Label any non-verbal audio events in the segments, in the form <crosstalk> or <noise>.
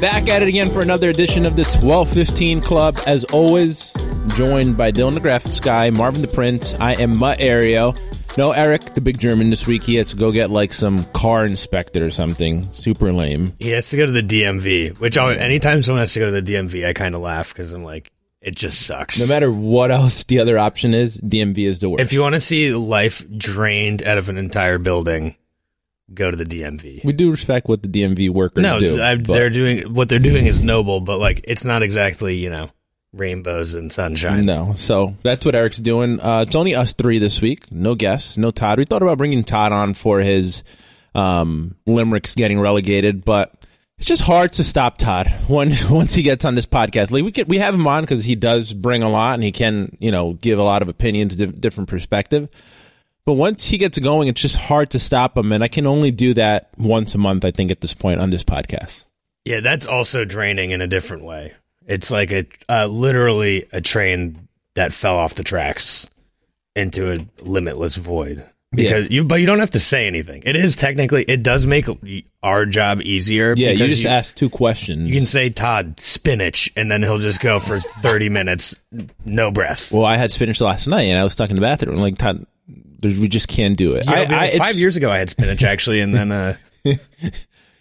Back at it again for another edition of the 1215 Club. As always, joined by Dylan the Graphics Guy, Marvin the Prince. I am Mutt Ario. No, Eric, the big German this week, he has to go get like some car inspected or something. Super lame. He has to go to the DMV, which always, anytime someone has to go to the DMV, I kind of laugh because I'm like, it just sucks. No matter what <laughs> else the other option is, DMV is the worst. if you want to see life drained out of an entire building, go to the DMV. we do respect what the DMV workers No, do. I, but- they're doing what they're doing is noble, but like it's not exactly you know rainbows and sunshine. No, so that's what Eric's doing. Uh, it's only us three this week. No guests, no Todd. We thought about bringing Todd on for his um, Limericks getting relegated, but it's just hard to stop Todd <laughs> when, once he gets on this podcast. Like we could, we have him on because he does bring a lot and he can you know give a lot of opinions, di- different perspective. But once he gets going, it's just hard to stop him, and I can only do that once a month. I think at this point on this podcast. Yeah, that's also draining in a different way. It's like a uh, literally a train that fell off the tracks into a limitless void. Because you, but you don't have to say anything. It is technically, it does make our job easier. Yeah, you because just ask two questions. You can say Todd spinach, and then he'll just go for thirty minutes, no breath. Well, I had spinach last night, and I was stuck in the bathroom. Like, Todd, there's- we just can't do it. I, Yeah, it'll be I- like it's, five years ago, I had spinach actually, and then uh,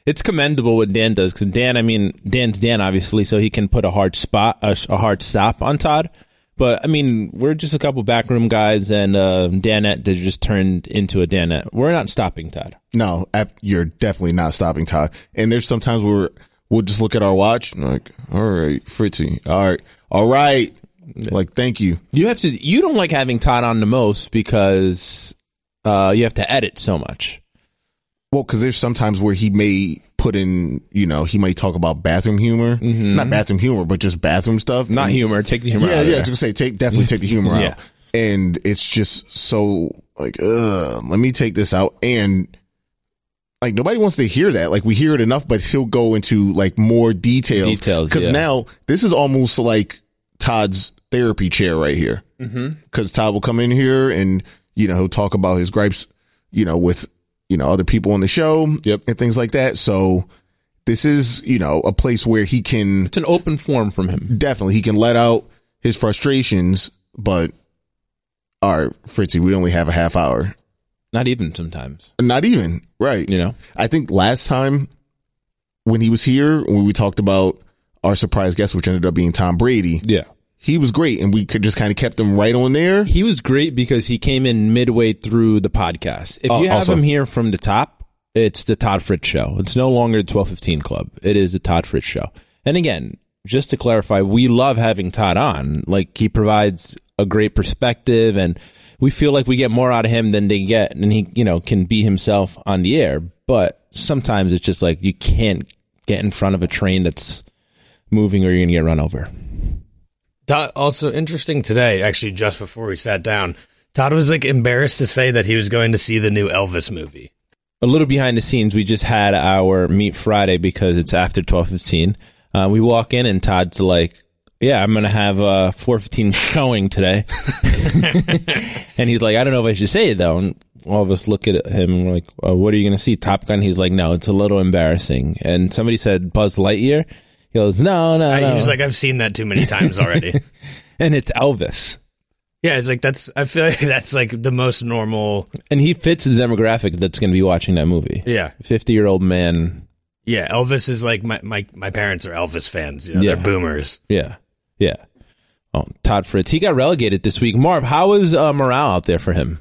It's commendable what Dan does because Dan, I mean, Dan's Dan, obviously, so he can put a hard spot, a, a hard stop on Todd. But I mean, we're just a couple backroom guys, and uh, Danette that just turned into a Danette. We're not stopping Todd. No, ap- you're definitely not stopping Todd. And there's sometimes where we'll just look at our watch and like, all right, Fritzy, all right, all right. Like, thank you. You have to. You don't like having Todd on the most because uh, you have to edit so much. Well, because there's sometimes where he may put in, you know, he might talk about bathroom humor, not bathroom humor, but just bathroom stuff. Mm-hmm. Not And- humor. Take the humor Yeah, out. Of yeah. there. Just say take definitely take the humor <laughs> Yeah. out. And it's just so like, uh, let me take this out. And like nobody wants to hear that. Like we hear it enough, but he'll go into like more details. Details, Because yeah. now this is almost like Todd's therapy chair right here. Mm-hmm. Because Todd will come in here and you know he'll talk about his gripes, you know, with you know other people on the show Yep. and things like that. So this is you know a place where he can It's an open form from him. definitely he can let out his frustrations, but all right, Fritzy, we only have a half hour. Not even sometimes. Not even right. You know. I think last time when he was here, when we talked about our surprise guest, which ended up being Tom Brady, Yeah. he was great, and we could just kind of kept him right on there. he was great because he came in midway through the podcast. If Oh, you have also- him here from the top, it's the Todd Fritz show. It's no longer the twelve fifteen club. It is the Todd Fritz show. And again, just to clarify, we love having Todd on. Like he provides a great perspective, and we feel like we get more out of him than they get, and he you know can be himself on the air. But sometimes it's just like you can't get in front of a train that's moving, or you're gonna get run over. Todd, also interesting today, actually, just before we sat down, Todd was like embarrassed to say that he was going to see the new Elvis movie. a little behind the scenes, we just had our meet Friday because it's after twelve fifteen. Uh, we walk in and Todd's like, "Yeah, I'm gonna have a four fifteen <laughs> showing <laughs> today," and he's like, "I don't know if I should say it though." And all of us look at him and we're like, uh, "What are you gonna see, Top Gun?" He's like, "No, it's a little embarrassing." And somebody said Buzz Lightyear. He goes, "No, no, I, no," he was like, I've seen that too many times <laughs> already. and it's Elvis. yeah, it's like that's. I feel like that's like the most normal. And he fits the demographic that's going to be watching that movie. Yeah, Fifty-year-old man. yeah. Elvis is like my my, my parents are Elvis fans. You know, Yeah. They're boomers. Yeah. Yeah. Oh, Todd Fritz. He got relegated this week. Marv, how is uh, morale out there for him?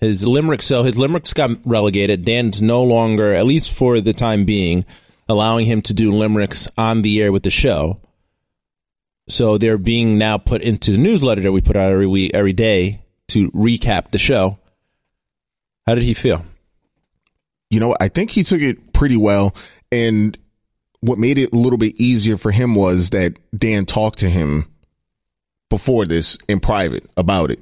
His Limerick, so his Limericks got relegated. Dan's no longer, at least for the time being, allowing him to do Limericks on the air with the show. So they're being now put into the newsletter that we put out every week, every day to recap the show. How did he feel? you know, I think he took it pretty well. And what made it a little bit easier for him was that Dan talked to him before this in private about it.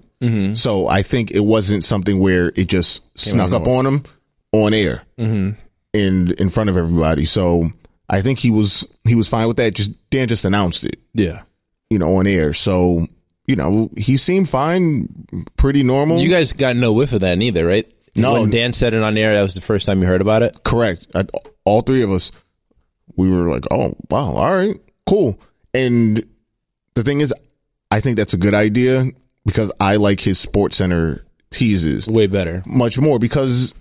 So I think it wasn't something where it just snuck up on him on air in in front of everybody. So I think he was he was fine with that. Just Dan just announced it, Yeah. you know, on air. So you know he seemed fine, pretty normal. You guys got no whiff of that neither, right? No. When Dan said it on air, that was the first time you heard about it. Correct. I, all three of us, we were like, oh, wow, all right, cool. And the thing is, I think that's a good idea because I like his Sports Center teases Way better. much more because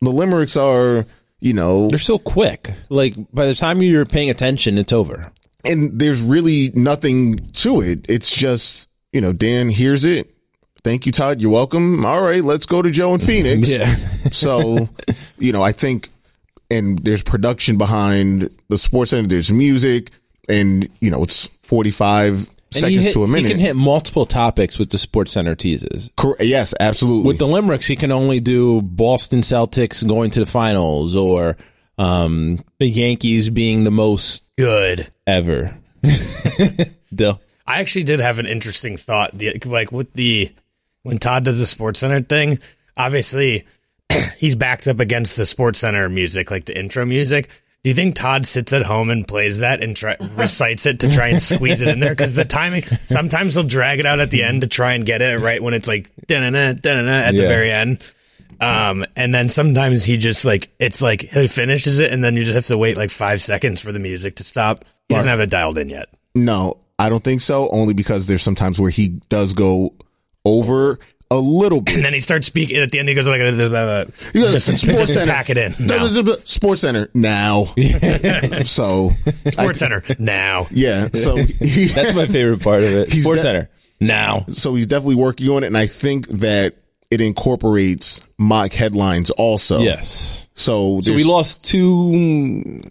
the limericks are, you know, They're so quick. Like by the time you're paying attention, it's over. and there's really nothing to it. It's just, you know, Dan hears it. Thank you, Todd. You're welcome. All right, let's go to <laughs> Joe and Phoenix. Yeah. so, you know, I think, and there's production behind the sports center. There's music, and you know, it's 45 And he seconds hit- to a minute. He can hit multiple topics with the Sports Center teases. Cor- yes, absolutely. With the limericks, he can only do Boston Celtics going to the finals or um, the Yankees being the most Good. ever. <laughs> Dill. I actually did have an interesting thought. The, like with the when Todd does the Sports Center thing, obviously <clears throat> he's backed up against the Sports Center music, like the intro music. Do you think Todd sits at home and plays that and try, recites it to try and squeeze it in there? Because the timing, sometimes he'll drag it out at the end to try and get it right when it's like da-na-na, da-na-na at the Yeah. very end. Um, and then sometimes he just like it's like he finishes it, and then you just have to wait like five seconds for the music to stop. He doesn't have it dialed in yet. No, I don't think so. Only because there's sometimes where he does go over a little bit. And then he starts speaking at the end. He goes like, uh, uh, uh, He goes, just, Sports just Center. pack it in. Now. Sports Center now. <laughs> so, Sports Center now. yeah. <laughs> So, he, That's my favorite part of <laughs> it. He's Sports de- Center. Now. <laughs> so he's definitely working on it, and I think that it incorporates mock headlines also. Yes. So, Oh. So we there's- lost two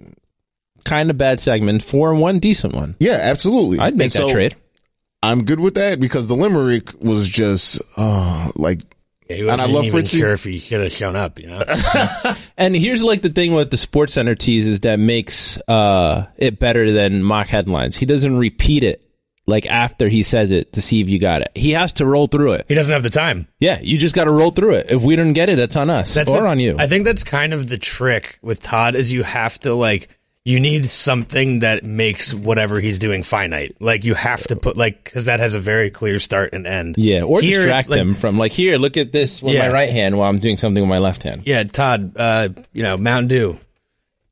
kind of bad segments, four and one decent one. Yeah, absolutely. I'd make And that so trade. I'm good with that because the limerick was just uh, like He And I love even Fritzy. sure if he should have shown up, you know? And here's like the thing with the Sports Center teases that makes uh, it better than mock headlines. He doesn't repeat it like after he says it to see if you got it. He has to roll through it. he doesn't have the time. Yeah, you just got to roll through it. If we didn't get it, that's on us That's or the- on you. I think that's kind of the trick with Todd is you have to like you need something that makes whatever he's doing finite. Like you have to put like because that has a very clear start and end. yeah, or Here, it's distract like- him from like here. Look at this with Yeah. my right hand while I'm doing something with my left hand. Yeah, Todd, uh, you know, Mountain Dew. <laughs>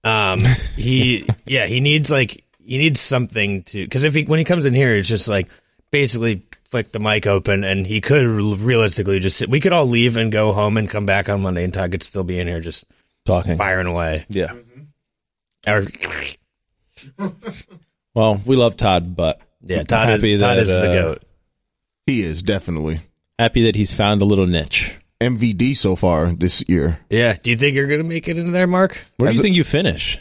Um, he, yeah, he needs like, he needs something to, cause if he, when he comes in here, it's just like basically flick the mic open and he could realistically just sit, we could all leave and go home and come back on Monday and Todd could still be in here just Talking. firing away. Yeah. Or, Well, we love Todd, but yeah, Todd is, happy Todd that, is the uh, goat. he is definitely Happy that he's found a little niche. MVD so far this year. Yeah. Do you think you're going to make it in there, Mark? Where do you think you finish?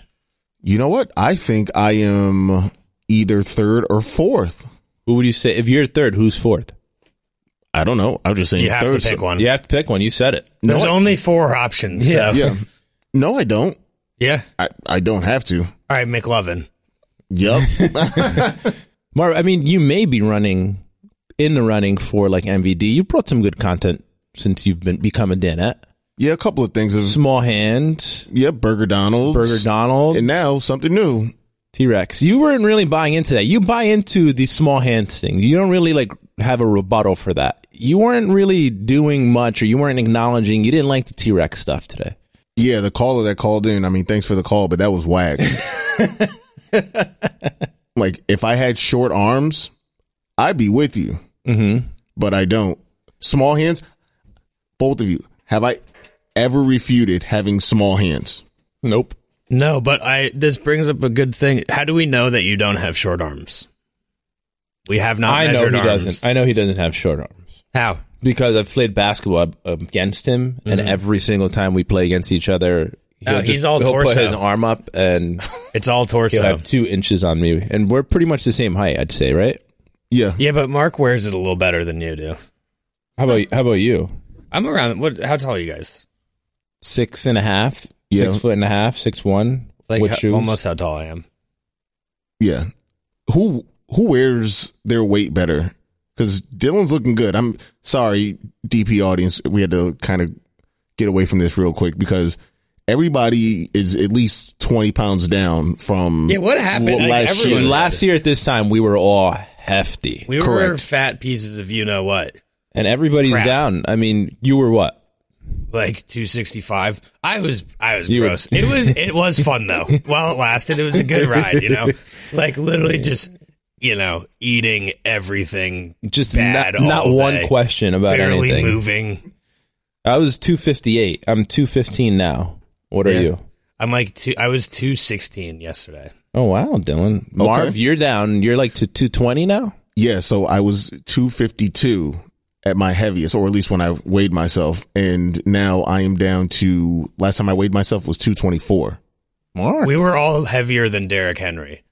You know what? I think I am either third or fourth. Who would you say if you're third? Who's fourth? I don't know. I'm just saying You have third. to pick one. You have to pick one. You said it. There's only four options. Yeah. Yeah. No, I don't. Yeah. I, I don't have to. All right. McLovin. <laughs> Yup. Marv, I mean, you may be running in the running for like MVD. You brought some good content since you've been become a Danette. yeah, a couple of things. There's, Small hand, yeah, Burger Donald's. Burger Donald, And now something new. T Rex. You weren't really buying into that. You buy into the small hands thing. You don't really like have a rebuttal for that. You weren't really doing much, or you weren't acknowledging. You didn't like the T Rex stuff today. Yeah, the caller that called in. I mean, thanks for the call, but that was <laughs> whack. like, if I had short arms, I'd be with you. Mm-hmm. But I don't. Small hands, both of you. Have I ever refuted having small hands? Nope. No, but I this brings up a good thing. How do we know that you don't have short arms? We have not I know measured he arms. doesn't. I know he doesn't have short arms. How? because I've played basketball ab- against him, and every single time we play against each other, he'll Mm-hmm. Oh, he's all he'll put torso. his arm up, <laughs> and It's all he'll torso. have two inches on me, and we're pretty much the same height, I'd say, right? Yeah. Yeah, but Mark wears it a little better than you do. How about how about you? I'm around what how tall are you guys? Six and a half, Yeah. six foot and a half, six one. It's Like with ho- shoes? almost how tall I am. Yeah. Who who wears their weight better? because Dylan's looking good. I'm sorry, DP audience. We had to kind of get away from this real quick because everybody is at least 20 pounds down from Yeah, what happened? w- Like, last everyone- year. Last year at this time, we were all hefty, We were Correct. fat pieces of you know what, and everybody's Crap. down. I mean, you were what? like two sixty five. I was I was You were- gross. It was it was <laughs> fun though. While it lasted, it was a good ride. You know, like literally just you know eating everything, Just bad not, not all one day, question about barely anything. moving. I was 258. I'm 215 now. What are Yeah. you? I'm like two. I was two sixteen yesterday. Oh wow, Dylan. Marv, you're down. You're like to 220 now? Yeah, so I was 252 at my heaviest, or at least when I weighed myself. And now I am down to, last time I weighed myself was 224. Marv. We were all heavier than Derrick Henry,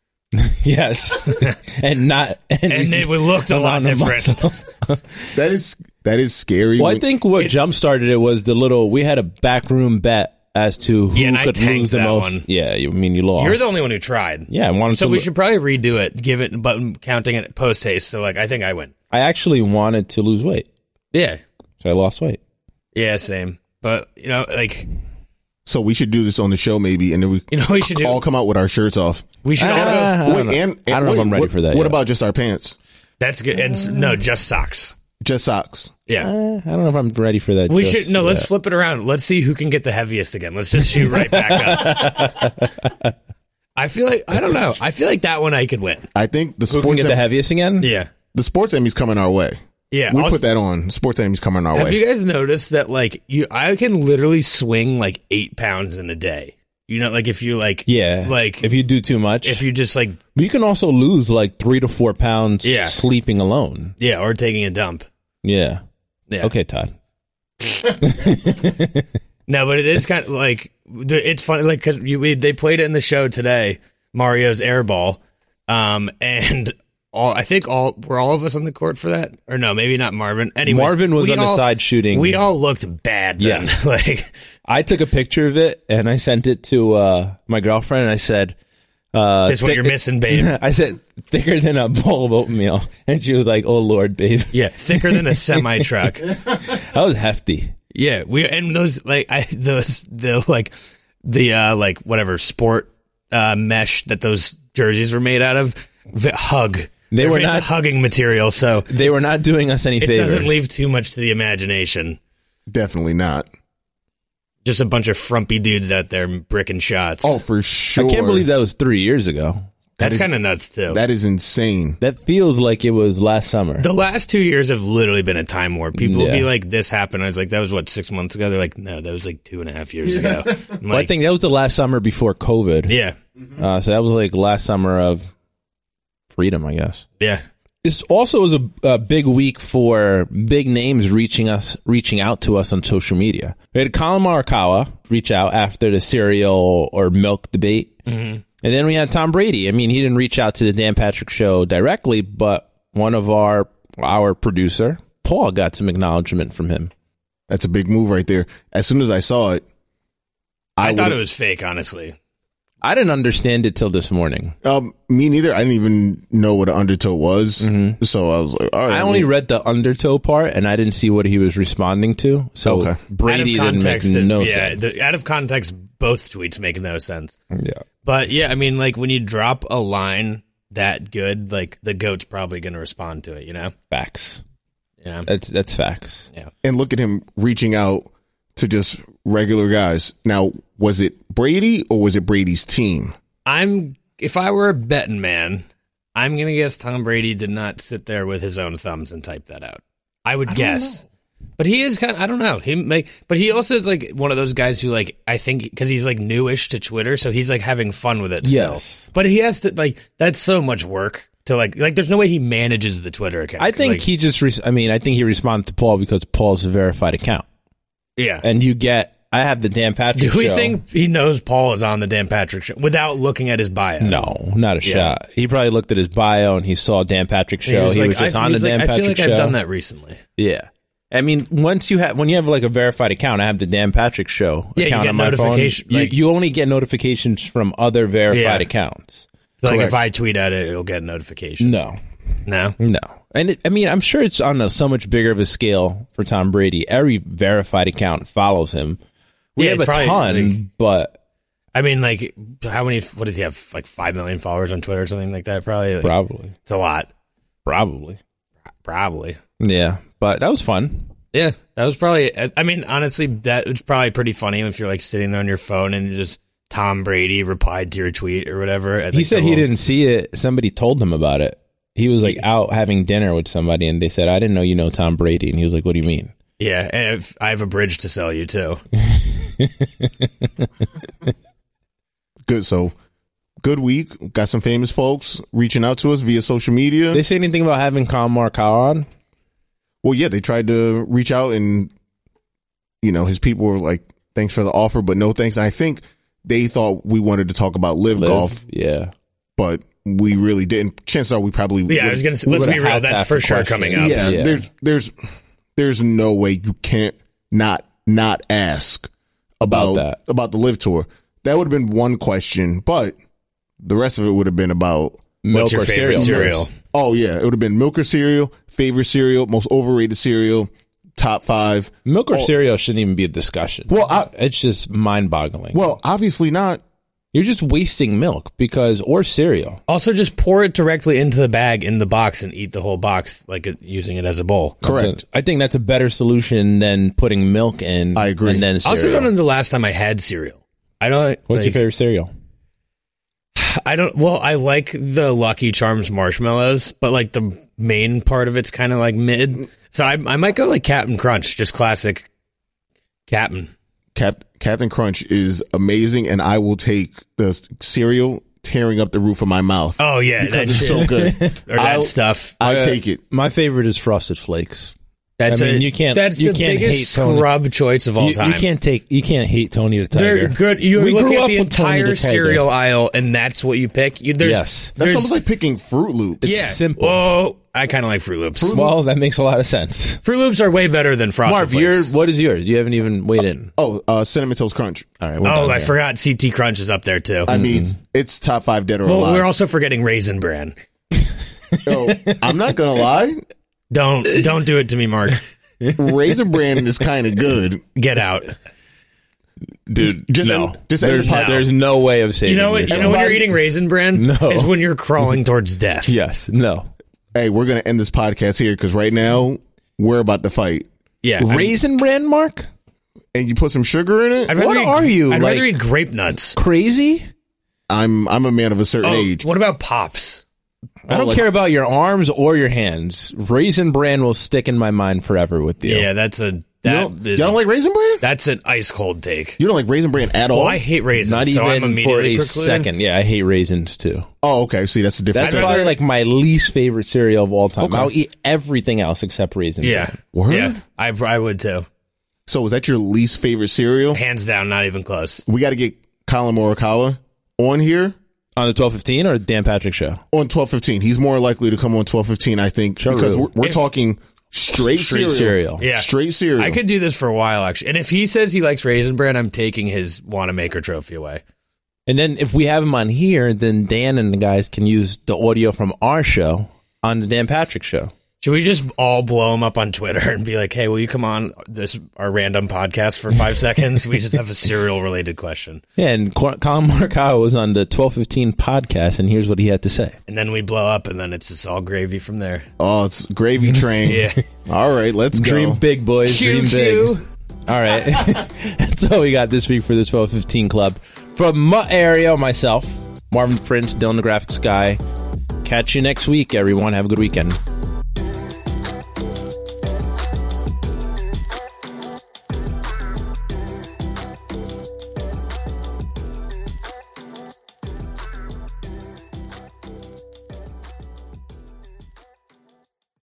yes. <laughs> and not and, and it looked <laughs> a lot amount of different. <laughs> muscle. That is, that is scary. Well, I When- think what jump started it was the little we had a backroom bet as to who Yeah, and I could tanked lose the that most. one. Yeah, you I mean you lost. You're the only one who tried. yeah, I wanted So to we lo- should probably redo it, give it, but counting it post haste. So like, I think I win. I actually wanted to lose weight. Yeah, So I lost weight. yeah, same. But you know, like so we should do this on the show maybe, and then we you know, what we should do. all come out with our shirts off. we should all go. Ah. I don't know. I don't know if I'm ready what, for that What yet. about just our pants? That's good. And s- no, just socks. Just socks. Yeah. Eh, I don't know if I'm ready for that. we just should no. Let's yet. flip it around. Let's see who can get the heaviest again. Let's just shoot right back up. <laughs> I feel like I don't know. I feel like that one I could win. I think the Who can sports get the Em- heaviest again? Yeah, the sports Emmy's coming our way. yeah. we I'll put s- that on. Sports Emmy's coming our Have way. you guys noticed that like you, I can literally swing like eight pounds in a day. You know, like if you like, Yeah. like if you do too much. if you just like, But you can also lose like three to four pounds Yeah. sleeping alone. yeah, or taking a dump. Yeah. Yeah. Okay, Todd. No, but it is kind of like th- it's funny, like because you we, they played it in the show today, Mario's airball, um, and all I think all were all of us on the court for that, or no, maybe not Marvin. Anyway, Marvin was on the side shooting. We all looked bad. Then. Yes. <laughs> like I took a picture of it and I sent it to uh, my girlfriend and I said, uh, that's what thi- you're missing, <laughs> babe. I said, thicker than a bowl of oatmeal. <laughs> And she was like, oh, Lord, babe. <laughs> Yeah, thicker than a semi truck. That was hefty. Yeah, we and those like I those the like the uh like whatever sport uh mesh that those jerseys were made out of the hug. They They're were made of not- hugging material, so They were not doing us any it favors. doesn't leave too much to the imagination. Definitely not. Just a bunch of frumpy dudes out there bricking shots. Oh, for I sure. can't believe that was three years ago. that's is- kind of nuts too. That is insane. That feels like it was last summer. the last two years have literally been a time warp. People will be Yeah. like, "This happened." I was like, "That was what six months ago." They're like, "No, that was like two and a half years <laughs> ago." I'm Well, I like, think that was the last summer before COVID. yeah, Uh, so that was like last summer of freedom, I guess. yeah. This also is a, a big week for big names reaching us, reaching out to us on social media. We had Colin Morikawa reach out after the cereal or milk debate, Mm-hmm. and then we had Tom Brady. I mean, he didn't reach out to the Dan Patrick Show directly, but one of our our producer Paul got some acknowledgement from him. That's a big move right there. As soon as I saw it, I, thought would've- it was fake, honestly. I didn't understand it till this morning. Um, me neither. I didn't even know what an undertow was, so I was like, "All right." Mm-hmm. I only mean, read the undertow part, and I didn't see what he was responding to. So Okay. Brady out of didn't make context, it- no yeah, sense. the- out of context, both tweets make no sense. yeah. But yeah, I mean, like when you drop a line that good, like the goat's probably going to respond to it. You know? Facts. Yeah. That's that's facts. and look at him reaching out to just regular guys. Now, was it Brady or was it Brady's team? I'm. If I were a betting man, I'm going to guess Tom Brady did not sit there with his own thumbs and type that out. I would guess. But he is kind of, I don't know. He like, but he also is like one of those guys who like, I think, because he's like newish to Twitter, so he's like having fun with it still. Yes. But he has to like, that's so much work to like, like, there's no way he manages the Twitter account. I think Like, he just. Re- I mean, I think he responded to Paul because Paul's a verified account, yeah. and you get. I have the Dan Patrick. Do we show. think he knows Paul is on the Dan Patrick show without looking at his bio? No, not a Yeah. shot. He probably looked at his bio and he saw Dan Patrick He show. He was, like, just I, on he the was Dan like, I Patrick feel like show. I've done that recently. Yeah. I mean, once you have when you have like a verified account, I have the Dan Patrick show Yeah, you account get on my phone. notification- like- you, you only get notifications from other verified Yeah. accounts. So like Correct. if I tweet at it, it'll get a notification. No, No. No. And it, I mean, I'm sure it's on a so much bigger of a scale for Tom Brady. Every verified account follows him. We Yeah, have a probably, ton, like- but I mean, like, how many? What does he have? Like five million followers on Twitter or something like that? Probably. Like, probably, It's a lot. probably, Probably. yeah. But that was fun. Yeah, that was probably. I mean, honestly, that was probably pretty funny if you're like sitting there on your phone and you're just Tom Brady replied to your tweet or whatever. He said he didn't see it. Somebody told him about it. He was like out having dinner with somebody, and they said, "I didn't know you know Tom Brady." And he was like, "What do you mean?" Yeah, and if, I have a bridge to sell you <laughs> too. Good. So good week. Got some famous folks reaching out to us via social media. They say anything about having Kyle Markow on? well, yeah, they tried to reach out and you know his people were like, "Thanks for the offer, but no thanks." And I think they thought we wanted to talk about live, Liv? golf, yeah. but we really didn't. Chances are we probably Yeah, I would've- was gonna. Say, let's would've be real. had to That's ask for the sure question. coming up. yeah, Yeah. There's there's there's no way you can't not not ask about About that. about, the live tour. That would have been one question, but the rest of it would have been about Milk What's your or cereal? favorite cereal? first. oh yeah, it would have been milk or cereal, favorite cereal, most overrated cereal, top five. Milk or cereal shouldn't even be a discussion. Well, I- it's just mind-boggling. Well, obviously not. You're just wasting milk because or cereal. Also, just pour it directly into the bag in the box and eat the whole box, like it, using it as a bowl. Correct. I think that's a better solution than putting milk in. I agree. And then I cereal. also don't know the last time I had cereal. I don't. What's your like- favorite cereal? I don't. Well, I like the Lucky Charms marshmallows, but like the main part of it's kind of like mid. So I, I might go like Captain Crunch, just classic Captain. Cap- Captain Crunch is amazing, and I will take the s- cereal tearing up the roof of my mouth. Oh yeah, because that it's shit. <laughs> so good. or that I'll- stuff. I take it. My favorite is Frosted Flakes. That's I mean, a- you can't- That's you the can't biggest hate Tony. scrub choice of all You, time. you can't take. You can't hate Tony the Tiger. They're good. You We look grew at up the with Tony the entire Tiger. cereal aisle, and that's what you pick. You, there's, Yes. That there's- sounds like picking Fruit Loops. yeah. simple. Whoa, I kind of like Fruit Loops. Fruit, Well, that makes a lot of sense. Loops are way better than Frosted Marv, your Flakes. what is yours? You haven't even weighed in. Oh, uh, cinnamon toast crunch. All right. we're Oh, done I here. forgot. CT Crunch is up there too. I mean, Mm-hmm. it's top five dead or Well, alive. we're also forgetting Raisin Bran. <laughs> Yo, I'm not gonna lie, <laughs> Don't don't do it to me, Mark. Razor Brand is kind of good. Get out. dude. Just no. end- just end there's, the pod- there's no way of saving. You know what? You yourself. know when you're eating Raisin Bran No. is when you're crawling towards death. Yes. No. Hey, we're gonna end this podcast here because right now we're about to fight, yeah. I'd- Raisin bran, Mark. and you put some sugar in it. I'd rather What eat- are you, I'd rather like- eat grape nuts. Crazy. I'm I'm a man of a certain Oh, age. what about pops? I don't like- care about your arms or your hands. Raisin bran will stick in my mind forever with you. Yeah, that's a You that don't, is- you don't like Raisin Brand? that's an ice cold take. You don't like Raisin Brand at all? Well, I hate raisins, Not so I'm even for a immediately precluded. second. Yeah, I hate raisins too. oh, okay. See, that's a different. That's thing. probably like my least favorite cereal of all time. Okay. I'll eat everything else except raisin. Yeah, Word? yeah, I I would too. so. Is that your least favorite cereal? Hands down, not even close. We got to get Colin Morikawa on here on the twelve fifteen or Dan Patrick show. on twelve fifteen. He's more likely to come on twelve fifteen, I think, Sure. because we're, we're talking straight, Straight cereal. Yeah, straight cereal. I could do this for a while actually. And if he says he likes raisin bran, I'm taking his Wanamaker trophy away. And then if we have him on here, then Dan and the guys can use the audio from our show on the Dan Patrick show. Should we just all blow him up on Twitter <laughs> and be like, "Hey, will you come on this our random podcast for five seconds? We just have a cereal related question," Yeah, and Cor- Colin Markow was on the twelve fifteen podcast, and here's what he had to say. and then we blow up, and then it's just all gravy from there. Oh, it's gravy <laughs> train. Yeah. All right, let's Dream go. big, boys. Choo dream big. choo. All right. <laughs> That's all we got this week for the 1215 Club. From my area, myself, Marvin Prince, Dylan the Graphics Guy. Catch you next week, everyone. Have a good weekend.